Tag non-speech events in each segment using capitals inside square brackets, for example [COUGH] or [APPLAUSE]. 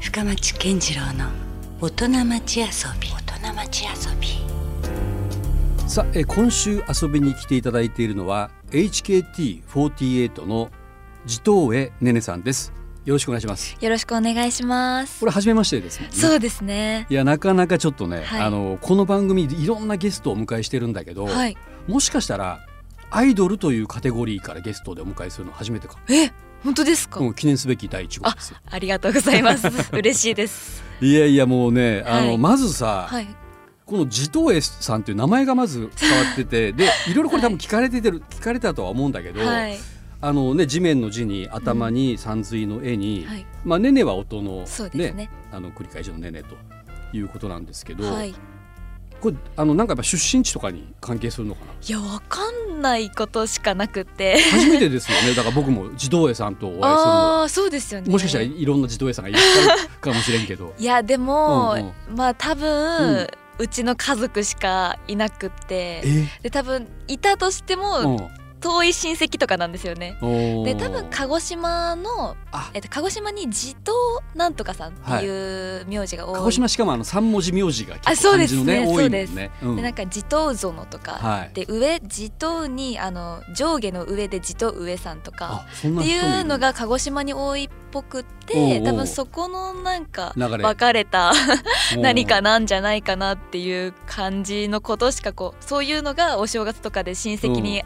深町健次郎の大人町遊び大人町遊びさあ、えー今週遊びに来ていただいているのは HKT48 の地頭絵ねねさんですよろしくお願いしますよろしくお願いしますこ。れ初めましてですもんねそうですね。いやなかなかちょっとね、はいあのこの番組いろんなゲストをお迎えしてるんだけど、はい。もしかしたらアイドルというカテゴリーからゲストでお迎えするの初めてかもえ、本当ですか。うん記念すべき第一号ですよありがとうござい [LAUGHS] ます。嬉しいです。いやいやもうねあの、はいまずさ、はい。この地頭絵さんという名前がまず変わっててでいろいろこれ多分聞かれててる、聞かれたとは思うんだけど、はい。あのね地面の字に頭に山水の絵に、はい。まあねねは音のそうですね。あの繰り返しのねねということなんですけど、はい。いこれあのなんかやっぱ出身地とかに関係するのかなや、わかんないことしかなくて。初めてですよねだから僕も地頭絵さんとお会いするのはああー、そうですよね。もしかしたらいいろんな地頭絵さんがいらっしゃるかもしれん [LAUGHS] けどや、でも、うんまあ、多分、ううんちの家族しかいなくて。えで、多分、いたとしてうんも、遠い親戚とかなんですよね。おで、ー多分、鹿児島の、あえっと、鹿児島に地頭なんとかさんっていう名字が多い。鹿児島しかもあの三文字名字があ結構そう漢で字すのねね多いもんねそううんでなんか地頭園とか、はいで上地頭にあの上下の上で地頭上さんとかあそんっなて人もいるうのが鹿児島に多いっぽくっておうおう多分そこのなんか流れ分かれたもう何かなんじゃないかなっていう感じのことしかこうそういうのがお正月とかで親戚に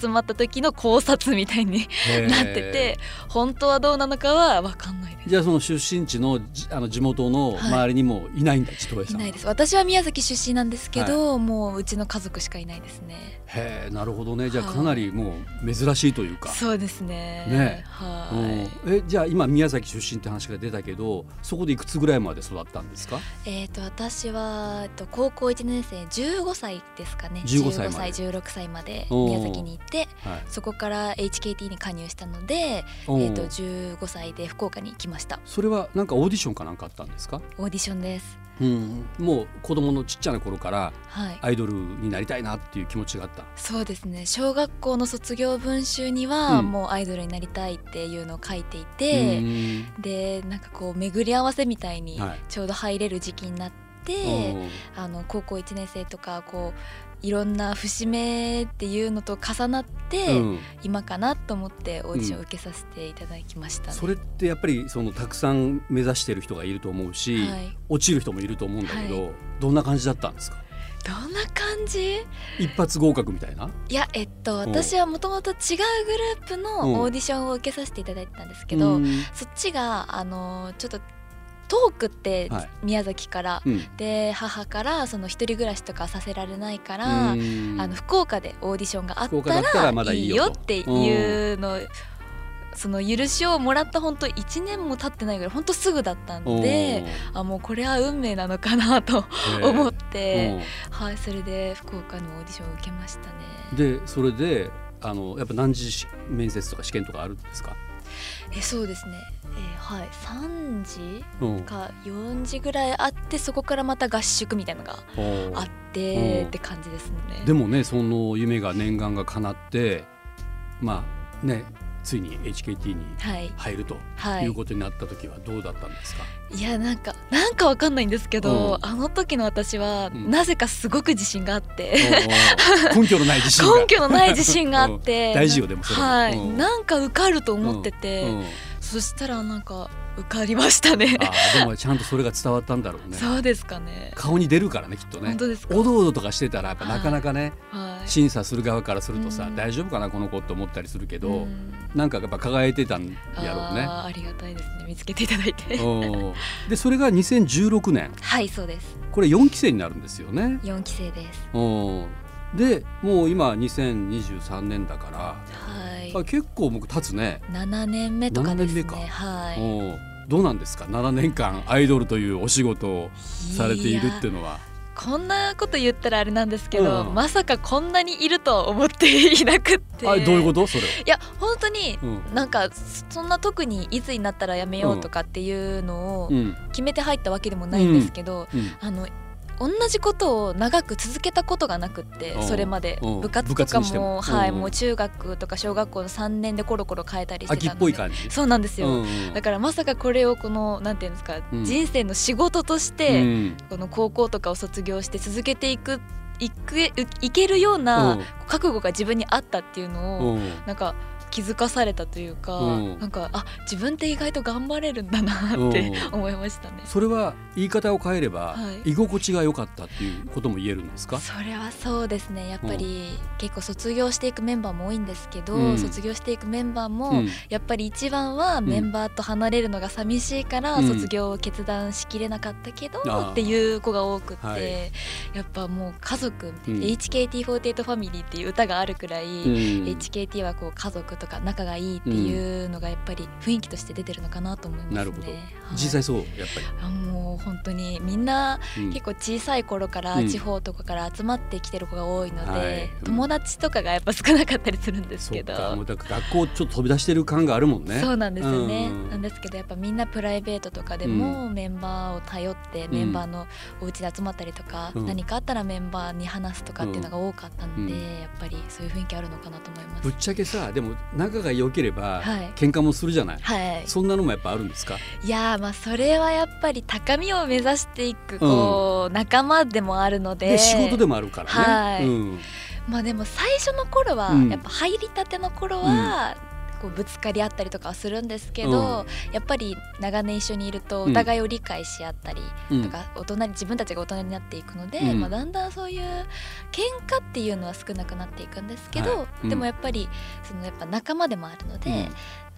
集まった時の考察みたいに [LAUGHS] へーなってて本当はどうなのかは分かんないです。じゃあその出身地のじあの地元のはい周りにもいないんだ、地頭絵いさんは。ないです私は宮崎出身なんですけど、もううちの家族しかいないですね。へえなるほどねじゃあはいかなりもう珍しいというか。そうですね。ねはうんい。えじゃあ今宮崎出身って話が出たけどそこでいくつぐらいまで育ったんですかえっ、と私はえっと高校一年生15歳ですかね。 15歳まで16歳までおー宮崎に行って、はいそこから HKT に加入したので、おえっ、とー15歳で福岡に行きました。それはなんかオーディションかなんかあったんですか、オーディションです。うん、もう子供のちっちゃな頃からはい。アイドルになりたいなっていう気持ちがあったそうですね小学校の卒業文集には、うんもうアイドルになりたいっていうのを書いていうて、ーんでなんかこう巡り合わせみたいにはいちょうど入れる時期になって、うんあの高校1年生とかこういろんな節目っていうのと重なって、うん今かなと思ってオーディションを受けさせていただきました、ねそれってやっぱりそのたくさん目指してる人がいると思うし、はい、落ちる人もいると思うんだけど、どんな感じだったんですかどんな感じ一発合格みたいないやえっとうん私はもともと違うグループうんのオーディションを受けさせていただいてたんですけど、うんそっちがあのちょっと遠くって、はい宮崎からうんで母からその一人暮らしとかさせられないかうら、んあの福岡でオーディションがあった福岡だったらまだらいいいいよよとっていうのその許しをもらった本当1年も経ってないぐらい本当すぐだったんであもうこれは運命なのかなとうん思っへえてはいそれで福岡のオーディションを受けましたねうんでそれであのやっぱ何時し面接とか試験とかあるんですか、えそうですね、えーはい3時うんか4時ぐらいあってそこからまた合宿みたいのがおあーってうんって感じですねでもねその夢が念願が叶ってまあねついに HKT にはい入るとはいいうことになった時はどうだったん [LAUGHS] ですか、いやなんかなんかわかんないんですけど、あの時の私はうんなぜかすごく自信があって、おー根拠のない自信が根拠のない自信があって、うん大事よでもそれもはい、うんなんか受かると思ってて、うんそしたらなんか受かりましたねあーでもちゃんとそれが伝わったんだろうね [LAUGHS] そうですかね顔に出るからねきっとね本当ですかおどおどとかしてたらやっぱなかなかね、はい審査する側からするとさ、うん大丈夫かなこの子って思ったりするけど、うんなんかやっぱ輝いてたんやろうね。あーありがたいですね見つけていただいておーでそれが2016年はいそうですこれ4期生になるんですよね。四期生ですおーでもう今2023年だからはいあ結構僕経つね。七年目とかです七ね年目かはいおーどうなんですか7年間アイドルというお仕事をされているっていうのは。こんなこと言ったらあれなんですけど、うんまさかこんなにいるとは思っていなくってあどういうこととそれ。いや本当にうんなんかそんな特にいつになったらやめようとかっていうのをうん決めて入ったわけでもないんですけど、うんあの同じことを長く続けたことがなくっておうそれまでおう部活と部活かにしてももはいうんもう中学とか小学校の3年でコロコロ変えたりして秋たっのぽいで感じそうなんですよ、んんだからまさかこれをこのなんていうんですか、うん人生の仕事としうて、んこの高校とかを卒業して続けていくいくいいけるようなうん覚悟が自分にあったっていうのをうんなんか気づかされたというか、うんなんかあ自分って意外と頑張れるんだなって [LAUGHS] 思いましたね。それは言い方を変えれば、はい居心地が良かったっていうことも言えるんですかそれはそうですねやっぱり結構卒業していくメンバーも多いんですけど、うん卒業していくメンバーも、んやっぱり一番はメンバーと離れるのが寂しいから、うん卒業を決断しきれなかったけど、あーっていう子が多くって、はいやっぱもう家族みたいな、うん HKT48 ファミリーっていう歌があるくらい、うん HKT はこう家族とか仲がいいっていうのがやっぱり雰囲気として出てるのかなと思いますね。なるほどはい実際そうやっぱあもう本当にみんなり、うん結構小さい頃からうん地方とかから集まってきてる子が多いので、はいうん友達とかがやっぱ少なかったりするんですそけうどかもうだから学校ちょっと飛び出してる感があるもんねそうなんですよね、うんなんですけどやっぱみんなプライベートとかでもメンバーを頼ってメンバーのお家で集まったりとか、うん何かあったらメンバーに話すとかっていうのが多かったので、うんやっぱりそういう雰囲気あるのかなと思いますぶっ。ちゃけさでも仲が良ければ、はい喧嘩もするじゃない、はい、そんなのもやっぱあるんですかいやーまあそれはやっぱり高みを目指していくこう、仲間でもあるのでで仕事でもあるからはね、いうんまあでも最初の頃は、うんやっぱ入りたての頃は、こうぶつかり合ったりとかはするんですけど、やっぱり長年一緒にいるとうんお互いを理解し合ったりうんとか、大人に自分たちが大人になっていくので、うんまあ、だんだんそういう喧嘩っていうのは少なくなっていくんですけど、はいうんでもやっぱりそのやっぱ仲間でもあるので、うん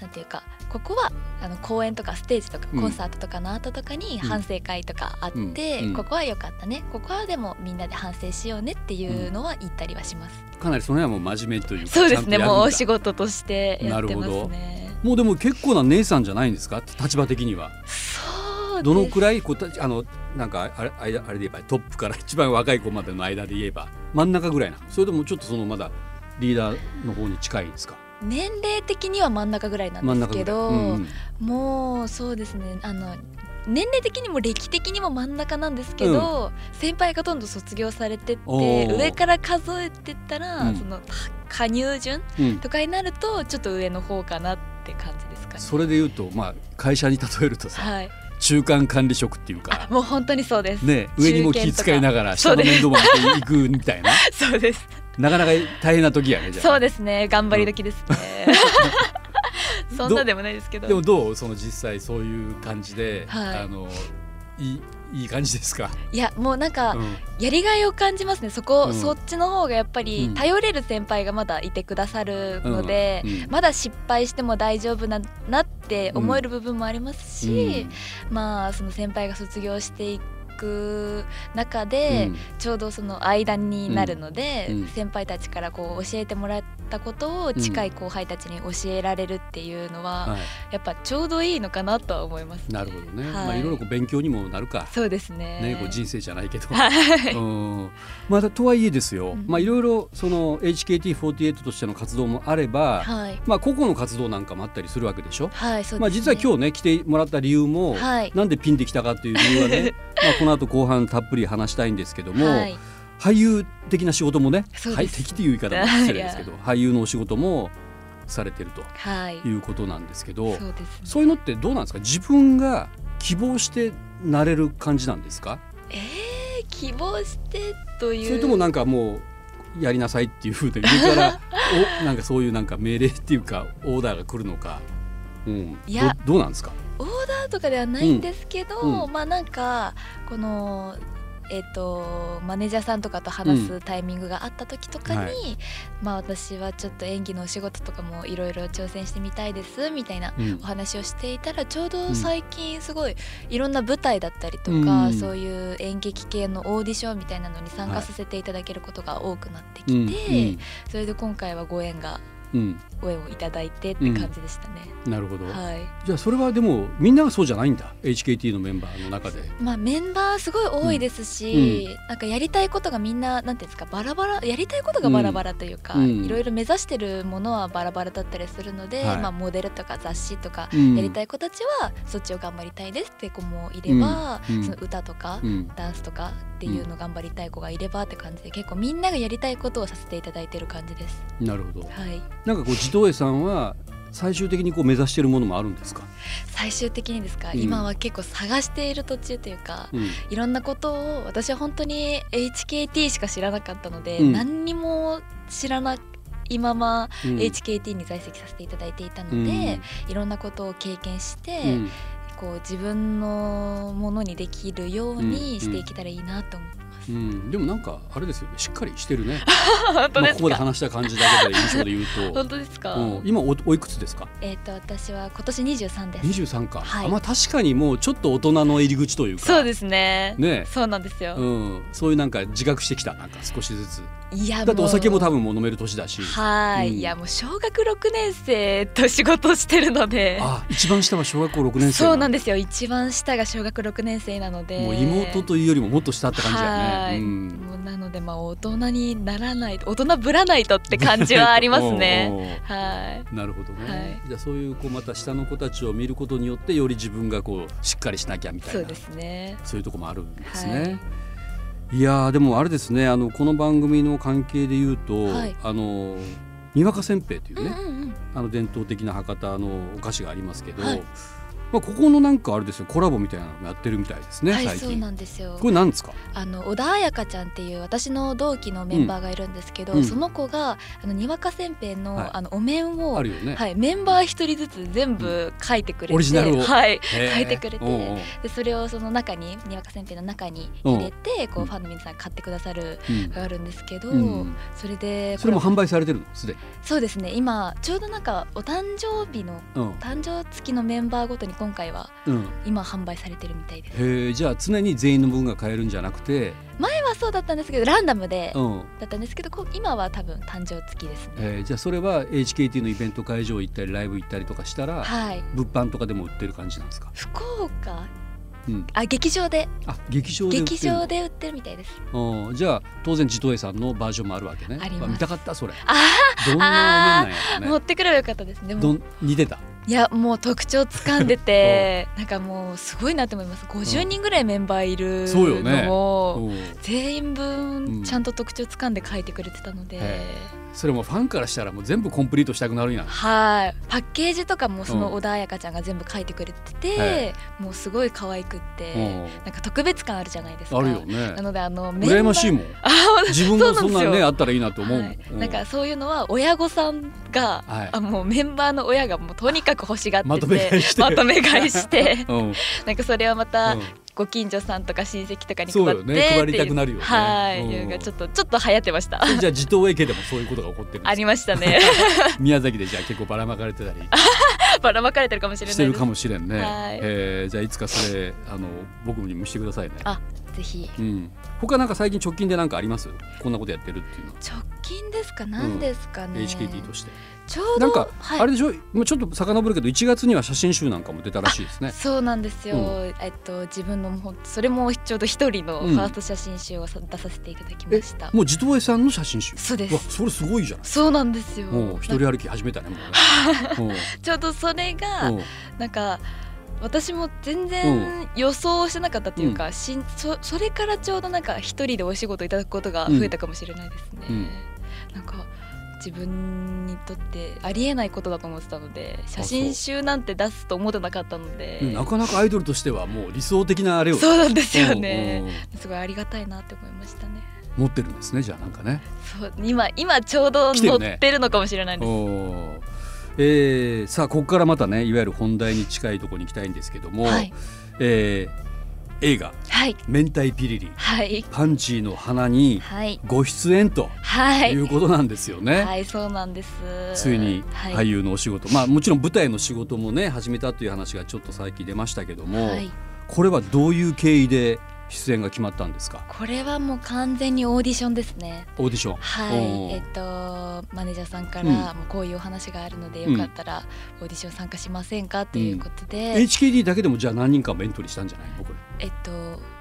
なんていうかここはあの公演とかステージとかうんコンサートとかの後とかに反省会とかあって、うんうんここは良かったねここはでもみんなで反省しようねっていうのは言ったりはします。かなりその辺はもう真面目というかそうですねちゃんとやるんだもうお仕事としてやってますね。もうでも結構な姉さんじゃないんですか立場的にはそうですどのくらいこうたあのなんかあれあれあれで言えばトップから一番若い子までの間で言えば真ん中ぐらいなそれでもちょっとそのまだリーダーの方に近いんですか年齢的には真ん中ぐらいなん真でんす中ぐらけい、ど、うんもうそうですねあの年齢的にも歴的にも真ん中なんですけど、先輩がどんどん卒業されてっおーて上から数えてったら、うんそのた加入順うんとかになるとちょっと上の方かなって感じですかね。それで言うと、まあ、会社に例えるとさはい、中間管理職っていうかあもう本当にそうです。ね上にも気遣いながら下中の堅面倒とまで行くみたいな [LAUGHS] [LAUGHS] そうです。なかなか大変な時やねじゃあそうですね。頑張り時ですね。 [LAUGHS] そんなでもないですけど。でもどうその実際そういう感じで、はいあのいいいい感じですか、いやもうなんかうんやりがいを感じますねそこ、うんそっちの方がやっぱうりん頼れる先輩がまだいてくださるので、うんうんまだ失敗しても大丈夫ななって思える部分もありますし、まあその先輩が卒業していく中で、うんちょうどその間になるので、うんうん先輩たちからこう教えてもらったことを近い後輩たちに教えられるっていうのは、はやっぱちょうどいいのかなとは思います、い、なるほどね、はいまあ、いろいろこう勉強にもなるか、そうですねね、こう人生じゃないけど、はい、うんまあ、とはいえですよ、うんまあ、いろいろその HKT48 としての活動もあれば、はいまあ、個々の活動なんかもあったりするわけでしょはい、そうです、ね。まあ、実は今日ね来てもらった理由も、はいなんでピンできたかという理由 [LAUGHS] はねまあこの後後半たっぷり話したいんですけども、はい、俳優的な仕事もねそうです俳優的という言い方も失礼ですけど俳優のお仕事もされてるとはい、いうことなんですけそうどです、ね。そういうのってどうなんですか自分が希望してなれる感じなんですかええ希望してという。それともなんかもうやりなさいっていうふうで上から [LAUGHS] おなんかそういうなんか命令っていうかオーダーが来るのか、うん、いやどどうなんですか、オーダーとかではないんですけど、うんうんまあなんかこの。えっとマネージャーさんとかと話すタイミングがあった時とかに、はまあ私はちょっと演技のお仕事とかもいろいろ挑戦してみたいですみたいなうんお話をしていたらちょうど最近すごいいろんな舞台だったりとうか、んそういう演劇系のオーディションみたいなのに参加させていただけることが多くなってきて、うんうんそれで今回はご縁がうん、声をいただいてって感じでしたね、なるほど、はいじゃあそれはでもみんながそうじゃないんだ HKT のメンバーの中でまあ、メンバーすごい多いですし、なんかやりたいことがみんななんていうんですかバラバラやりたいことがバラバラというか、うんいろいろ目指してるものはバラバラだったりするので、はいまあ、モデルとか雑誌とかうんやりたい子たちはそっちを頑張りたいですって子もいれば、うんうんその歌とか、うんダンスとかっていうのを頑張りたい子がいればって感じで結構みんながやりたいことをさせていただいてる感じです。なるほどはい、なんかこう児童絵さんは最終的にこう目指してるものもあるんですか、最終的にですか、うん今は結構探している途中というか、うんいろんなことを私は本当に HKT しか知らなかったので、うん何にも知らないままうん HKT に在籍させていただいていたので、うんいろんなことを経験して、うんこう自分のものにできるようにしていけたらいいなと思ってます。うんでもなんかあれですよねしっかりしてるね [LAUGHS] 本当まであすか、ここで話した感じだけで印象で言うと [LAUGHS] 本当ですか、うん、今おおいくつですかえっ、と私は今年23です。 23か、はいあまあ確かにもうちょっと大人の入り口というかそうですね。ねそうなんですよ。うん、そういうなんか自覚してきたなんか少しずついやだってお酒もう多分もう飲める年だしはい、うんいやもう小学六年生と仕事してるので。あ一番下は小学校6年生そうなんでですよ一番下が小学六年生なのでもう妹というよりももっと下って感じだはよね、いうん、もうなのでまあ大人にならない大人ぶらないとって感じはあります [LAUGHS] ねはいおうおうなるほどね、はいじゃあそういうこうまた下の子たちを見ることによってより自分がこうしっかりしなきゃみたいなそうですねそういうとこもあるんですね。い、やーでもあれですねあのこの番組の関係で言うと、はいあのにわかせんべいといううんね、うんうんあの伝統的な博多のお菓子がありますけど、はいまあ、ここのなんかあれですよコラボみたいなのもやってるみたいですね、はい最そうな近。んですよこれなんですか、あの小田彩香ちゃんっていう私の同期のメンバーがいるんですけど、うんその子があのにわかせんべいの,、はいあのお面をあるよね。はい、メンバー一人ずつ全部書いてくれて、オリジナルをはい、へー書いてくれておうおうでそれをその中ににわかせんべいの中に入れてこうファンの皆さん買ってくださるうんのがあるんですけど、うんそれでそれもこれ販売されてるのすでに。そうですね今ちょうどなんかお誕生日のうん誕生月のメンバーごとに今回はうん今販売されてるみたいですへえじゃあ常に全員の分が買えるんじゃなくて、前はそうだったんですけどランダムでうんだったんですけどこう今は多分誕生月ですねえーじゃあそれは HKT のイベント会場行ったりライブ行ったりとかしたら、はい物販とかでも売ってる感じなんですか、福岡うん、あ劇場であ劇場で売って劇る場で売ってるみたいですうんじゃあ当然地頭絵さんのバージョンもあるわけねあります見たかったそれあどんなお面なんや持ろっねてくればよかったですねでもどん似てたいやもう特徴つかんで [LAUGHS] てなんかもうすごいなと思います50人ぐらいメンバーいるそうよねのをうん全員うん分ちゃんと特徴つかんで書いてくれてたので、へそれもファンからしたらもう全部コンプリートしたくなるんやはいパッケージとかもそうのん小田彩香ちゃんが全部書いてくれてへて、もうすごい可愛くって、うんなんか特別感あるじゃないですかあるよなねのであのメンバー羨ましいもんあ本自分がそそうんなんですなよんねあったらいいなと思うもんはい、うんなんかそういうのは親御さんが、はいあもうメンバーの親がもうとにかく欲しがっててまとめ買いして [LAUGHS] まとめ買いしてうんうんなんかそれはまた、ご近所さんとか親戚とかに配ってそうよね配りたくなるよねはい、うんいうのがちょっとちょっと流行ってま [LAUGHS] したそれじゃあ地頭絵家でもそういうことが起こってるんあですりかました [LAUGHS] ね宮崎でじゃあ結構ばらまかれてたりばらまかれてるかもしれないしでてするかもしれんねはいえーじゃあいつかそれあの僕にもしてくださいねあぜひうん他なんか最近直近でなんかありますこんなことやってるっていうの直近ですか何ですかね、 HKT としてちょうどなんか、はい、あれでしょもうちょっと遡るけど1月には写真集なんかも出たらしいですね。そうなんですよ、うえっと自分のもうほんそれもちょうど一人のうフんァースト写真集をさ出させていただきました、もう地頭絵さんの写真集。そうでうわすそれすごいじゃない。そうなんですよもうなん一か人歩き始めたねもうね。ちょうどそれが、 [LAUGHS] うんうんなんか私も全う然予想してなかったというか、しんそそれからちょうどなんか一人でお仕事いただくことが増えたかもしれないですね、うんなんか自分にとってありえないことだと思ってたので写真集なんて出すと思ってなかったのでうんなかなかアイドルとしてはもう理想的なあれを。そうなんですようねんうんすごいありがたいなって思いましたね持ってるんですねじゃあなんかね。そう今今ちょうど来てる乗ねってるのかもしれない [LAUGHS] です、おーえーさあここからまたねいわゆる本題に近いところに行きたいんですけども、はいえー映画はい「明太ピリリはいパンチーの花」にはいご出演とはいいうことなんですよね。はいそうなんですついにはい俳優のお仕事、まあもちろん舞台の仕事もね始めたという話がちょっと最近出ましたけども、はいこれはどういう経緯で出演が決まったんですかこれはもう完全にオーディションですねオーディションおはいーえっとマネージャーさんかうらもうこういうお話があるのでよかったらオーディション参加しませんかということで、 HKD だけでもじゃあ何人かもエントリーしたんじゃないのこれえっと、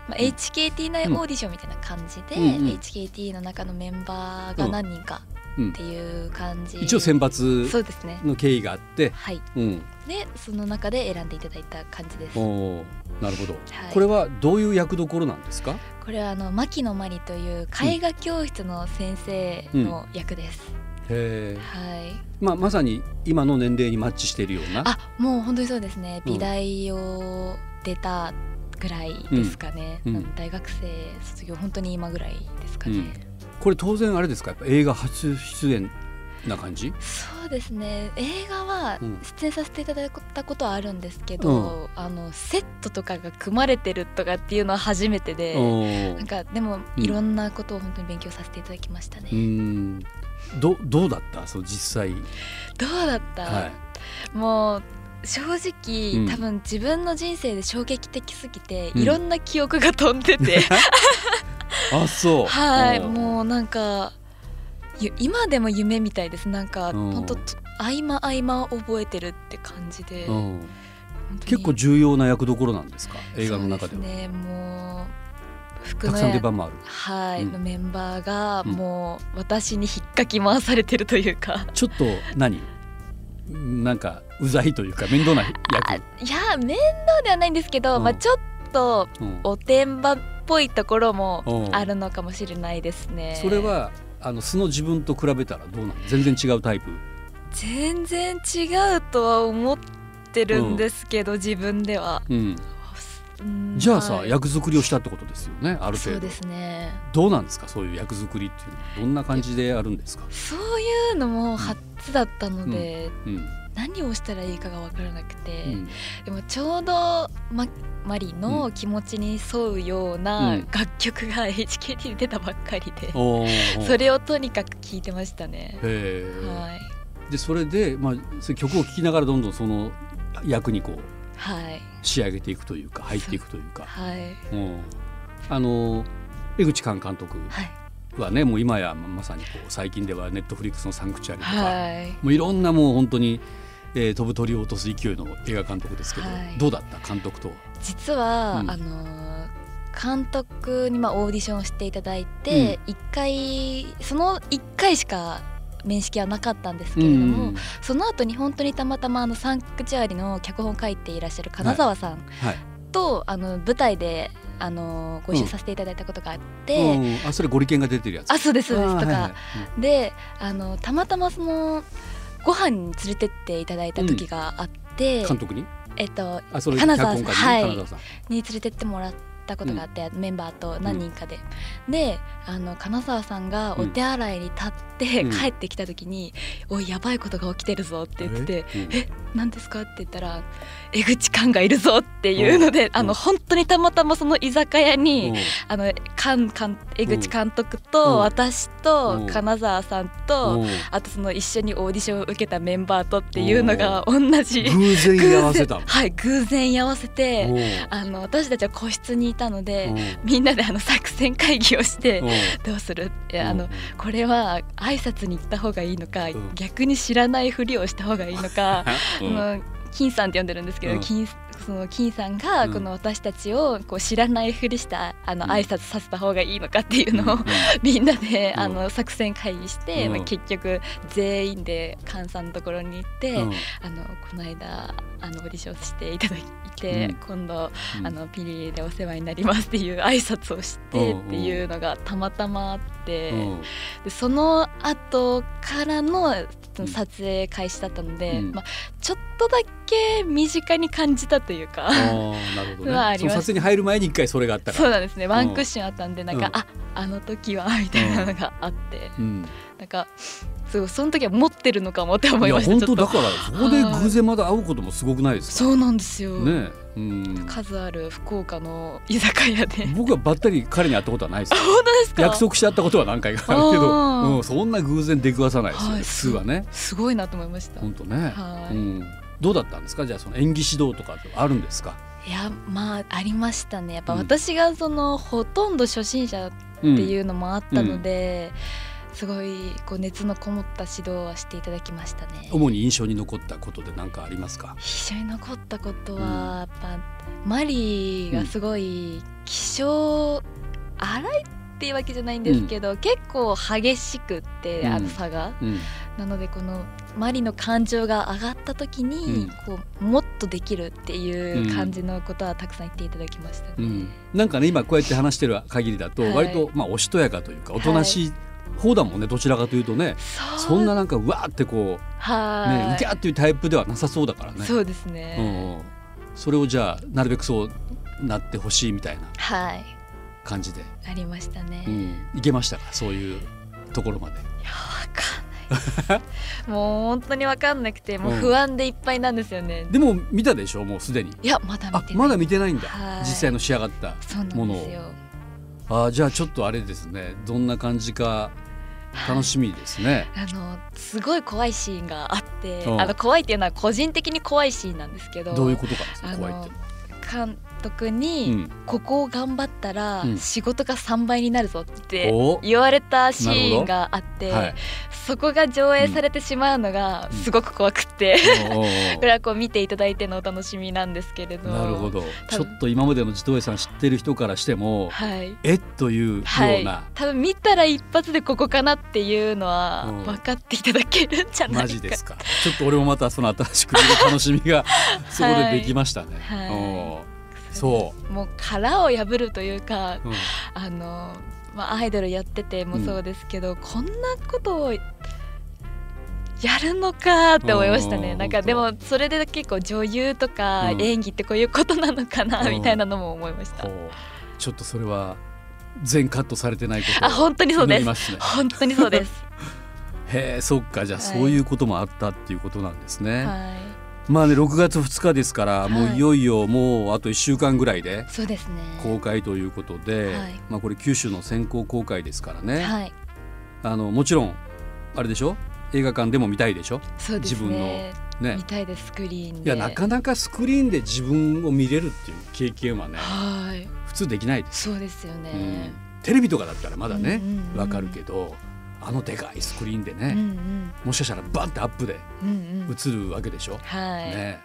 まあ、HKT 内オーディションみたいな感じで、うんうんうん HKT の中のメンバーが何人かっていう感じ、一応選抜そうですねの経緯があってはいうんでその中で選んでいただいた感じですこおーなるほど、はいこれはどういう役どころなんですかれはあの牧野真理という絵画教室の先生の役です、へはーいまあ、まさに今の年齢にマッチしているようなあもう本当にそうですねうん美大を出たぐらいですかね、うんなので大学生卒業本当に今ぐらいですかね、うんこれ当然あれですかやっぱ映画初出演な感じそうですね映画はうん出演させていただいたことはあるんですけど、あのセットとかが組まれてるとかっていうのは初めてで、おなんーかでもうんいろんなことを本当に勉強させていただきましたね、うーんどどうだったそう実際どうだった、はいもう正直、うん多分自分の人生で衝撃的すぎて、うんいろんな記憶が飛んでてあそうはいおーもうなんかゆ今でも夢みたいですなんかうん本当と合間合間を覚えてるって感じで、う本ん当に結構重要な役どころなんですか映画の中ではそうすねもう服たくのさんや出番もあるはい、うんのメンバーがうんもう私に引っかき回されてるという [LAUGHS] か、ちょっと何なんかうざいというか面倒な役、いや面倒ではないんですけど、うんまあちょっとうんおてんばっぽいところもうんあるのかもしれないですね。それはあの素の自分と比べたらどうなの全然違うタイプ全然違うとは思ってるんですけど、自分では。うん、うんじゃあさ、はい役作りをしたってことですよねあるそ程う度ですね。どうなんですかそういう役作りっていうのはどんな感じでやるんですか、そういうのも初だったので、うん何をしたらいいかが分からなくて、うんでもちょうどママリの気持ちに沿うよううなん楽曲が HKT に出たばっかりで、おーそれをとにかく聴いてましたね。へーはいでそれで、まあ、そういう曲を聴きながらどんどんその役にこうはい仕上げていくというか入っていくというか、はいうん、あの江口寛監督はいはねもう今やまさにこう最近ではネットフリックスの「サンクチュアリ」とか、はい。もういろんなもう本当に、えー飛ぶ鳥を落とす勢いの映画監督ですけど、はいどうだった監督とは。実は、うんあのー監督にまあオーディションをしていただいて一、回その一回しか面識はなかったんですけれども、うんその後に本当にたまたまあのサンクチュアリの脚本を書いていらっしゃる金沢さんはいと、あの舞台であのーご一緒させていただいたことがあって、うん、あそれご利見が出てるやつあそうですそうですとか、あーはいはいであのたまたまそのご飯に連れてっていただいた時があって、うん監督にえっとあそれ金沢脚本は家いに金沢さん、に連れてってもらったことがあって、メンバーと何人かで、であの金沢さんがお手洗いに立って、うん帰ってきた時に「おいやばいことが起きてるぞ」って言ってえうんえ「何ですか?」って言ったら「江口寛がいるぞ」っていうので、あの本当にたまたまその居酒屋に、うんあの寛監江口監督うんと私うんと金沢さんと、うんあとその一緒にオーディションを受けたメンバーとっていうのが同じ。偶然居合わせた偶然はい偶然居合わせておうあの私たちは個室にいたので、おうみんなであの作戦会議をしておうどうするいやうんあのこれは挨拶に行った方がいいのか、ん逆に知らないふりをした方がいいのか [LAUGHS] うそんの金さんって呼んでるんですけど、うん金その金さんうがんこの私たちをこう知らないふりしたあのうん挨拶させた方がいいのかっていうのを、うん [LAUGHS] みんなでうんあの作戦会議して、うんまあ、結局全員で菅さんのところに行って、うんあのこの間あのオーディションしていただいて、うん今度うんあのピリでお世話になりますっていう挨拶をしうてんうんっていうのがたまたまあって、うんでその後からのそうんの撮影開始だったので、うんまあ、ちょっとだけ身近に感じたというかあ。ーなるほどね、まあありそのます撮影に入る前に一回それがあった [LAUGHS] からそうなんですねワンクッションあったんでなんか、うんああの時は [LAUGHS] みたいなのがあって、うんなんかすごいその時は持ってるのかもって思いましたやちょ本当っとだからそこで偶然まだ会うこともすごくないですかそうなんですよ、ねえうん数ある福岡の居酒屋 [LAUGHS] で僕はばったり彼に会ったことはないですよ本当ですか約束して会ったことは何回かあるけあど、ーうん、そんな偶然出くわさないですよね、はい普通はねすごいなと思いました本当ね、はういん、どうだったんですかじゃあその演技指導とかってあるんですかいやまあありましたねやっぱうん私がその、ほとんど初心者っってていうのもあったので、すごいこう熱のこもった指導はしていただきましたね。主に印象に残ったことで何かありますか非常に残ったことは、やっぱマリーがすごい気性荒いっていうわけじゃないんですけど、結構激しくってあうんの差が、うんなのでこのマリの感情が上がった時うにん、こうもっとできるっていう感じのことはたくさん言っていただきましたね。うん、なんかね今こうやって話してる限りだとはい割と、まあおしとやかというかおとなしい方だもんね、どちらかというとねそうそんななんかうわーってこうはねいうきゃーっていうタイプではなさそうだからねそうですうね、んうん、それをじゃあなるべくそうなってほしいみたいなはい感じで、ありましたね、ういん、いけましたかそういうところまで。やわかんないですもう本当にわかんなくてもう不安でいっぱいなんですよね、でも見たでしょもうすでに。いやまだ見あてないまだ見てないんだはい実際の仕上がったそうなんですよあーじゃあちょっとあれですねどんな感じか楽しみですね。あのすごい怖いシーンがあってうんあの怖いっていうのは個人的に怖いシーンなんですけどどういうことかですねあの怖いっていうのは。監督うに、んここを頑張ったらうん仕事が3倍になるぞってお言われたシなるほーどンがあって、はいそこが上映されてしまうのがうんすごく怖くて、おうおうおう [LAUGHS] これはこう見ていただいてのお楽しみなんですけれどなるほどち多ょ分っと今までの地頭絵さん知ってる人からしてもはいえっというよはういな、多分見たら一発でここかなっていうのはうん分かっていただけるんじゃないかマ [LAUGHS] ジですかちょっと俺もまたその新しく見る楽しみがそこでできましたね。はいおうそうもう殻を破るというかう、うんあの、まあ、アイドルやっててもそうですけど、こんなことをやるのかって思いましたうねんなんか本当でもそれで結構女優とかうん演技ってこういうことなのかなうんみたいなのも思いました、ほうちょっとそれは全カットされてないことあ本当にそう祈でりすますね。本当にそうです、へえそっかじゃあはいそういうこともあったっていうことなんですね。はいまあね6月2日ですから、はいもういよいよもうあと1週間ぐらいでそうですね公開ということで、はいまあこれ九州の先行公開ですからね、はいあのもちろんあれでしょ映画館でも見たいでしょそうです自分のねね見たいですスクリーンいでやなかなかスクリーンで自分を見れるっていう経験はねはい普通できないです、そうですようねん、テレビとかだったらまだねうんうんうんわかるけどあのでかいスクリーンでうんね、もしかしたらバンってアップでうんうんうん映るわけでしょ、はい、ね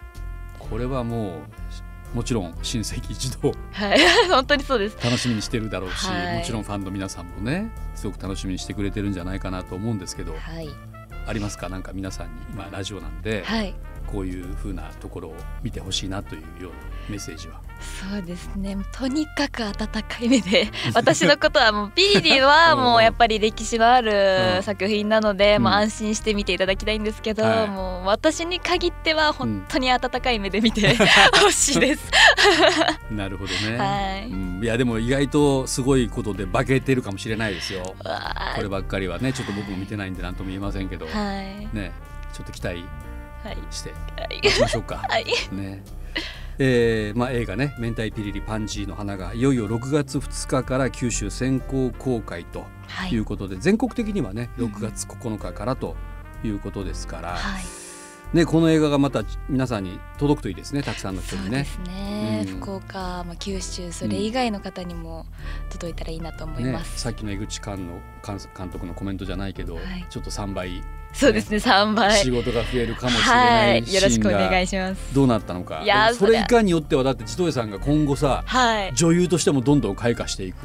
これはもうもちろん親戚一同はい、 [LAUGHS] 本当にそうです楽しみにしてるだろうし、はいもちろんファンの皆さんもねすごく楽しみにしてくれてるんじゃないかなと思うんですけど、はいありますかなんか皆さんに今ラジオなんで、はいこういう風なところを見てほしいなというようなメッセージは。そうですねとにかく温かい目で私のことはもうピーリーはも [LAUGHS] うやっぱり歴史のあうんる作品なので、うんもう安心して見ていただきたいんですけど、はいもう私に限っては本当に温かい目で見て [LAUGHS] ほしいです。なるほどね、はいうん、いやでも意外とすごいことで化けてるかもしれないですようわこーればっかりはねちょっと僕も見てないんで何とも言えませんけど、はいねちょっと期待はいしてはいいきましょうか。 [LAUGHS] はいねえーまあ、映画ね「明太ピリリパンジーの花」がいよいよ6月2日から九州先行公開とはいいうことで、全国的にはねうん6月9日からということですから、はいね、この映画がまた皆さんに届くといいですねたくさんのそ人うにでね。すね、うん福岡、まあ、九州それ以外の方にも届いたらいいなと思いねま、す、さっきの江口監の監監督のコメントじゃないけど、はいちょっと3倍そうですね3倍仕事が増えるかもしれはないいシよろーしンくお願がいしますどうなったのかいやーそれいかによってはだって千鳥さんが今後さはい女優としてもどんどん開花していく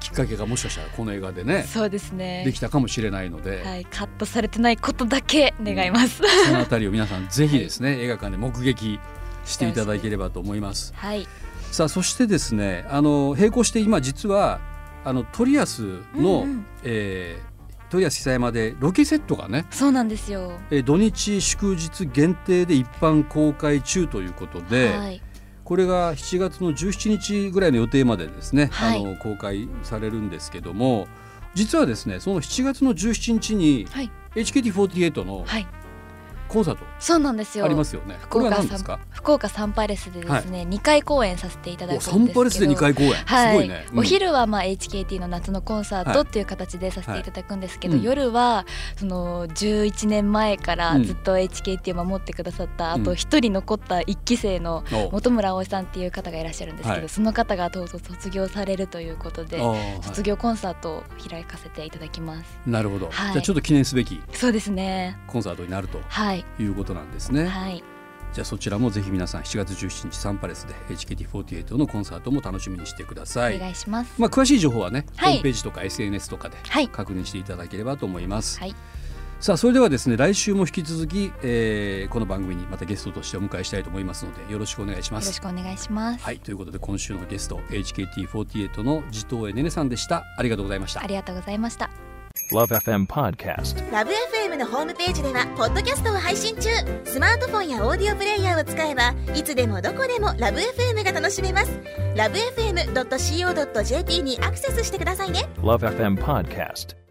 きっかけがもしかしたらこの映画でねそうですねできたかもしれないので、はい、カットされてないことだけ願います。そのあたりを皆さんぜひですね、映画館で目撃していただければと思います。はい、さあそしてですねあの並行して今実はあのトリアスの、うんうんえートリアス久山でロケセットがね、そうなんですよ。えー土日祝日限定で一般公開中ということで、はい、これが7月の17日ぐらいの予定までですね、はいあの公開されるんですけども実はですねその7月の17日にはい、 HKT48 のはい、コンサートそうなんですよありますよね。こ福れは岡何サでンすか？福岡サンパレスでですね、二2回公演させていただくんおですサけどンパレスで二回公演、はいすごいね。うんお昼はまあ HKT の夏のコンサーはトいっていう形でさせていただくんですけど、はいうん夜はその11年前からうんずっと HKT を守ってくださった、うんあと一人残った一期生のお本村葵さんっていう方がいらっしゃるんですけど、はいその方がとうとう卒業されるということであーはい卒業コンサートを開かせていただきますなるほど、はいじゃあちょっと記念すべきそうですねコンサートになるとはいいうことなんですね、はいじゃあそちらもぜひ皆さん7月17日サンパレスで HKT48 のコンサートも楽しみにしてくださおい願いしますまあ詳しい情報はね、はいホームページとか SNS とかではい確認していただければと思います、はいさあそれではですね来週も引き続き、えーこの番組にまたゲストとしてお迎えしたいと思いますのでよろしくお願いしよまろすしくお願いします、はいということで今週のゲスト HKT48 の地頭江ねねさんでしたありがとうございましたありがとうございました Love FM Podcast. ラブ f m のホームページではポッドキャストを配信中スマートフォンやオーディオプレイヤーを使えばいつでもどこでもラブ f m が楽しめますラブ FM.co.jp にアクセスしてくださいね Love FM Podcast.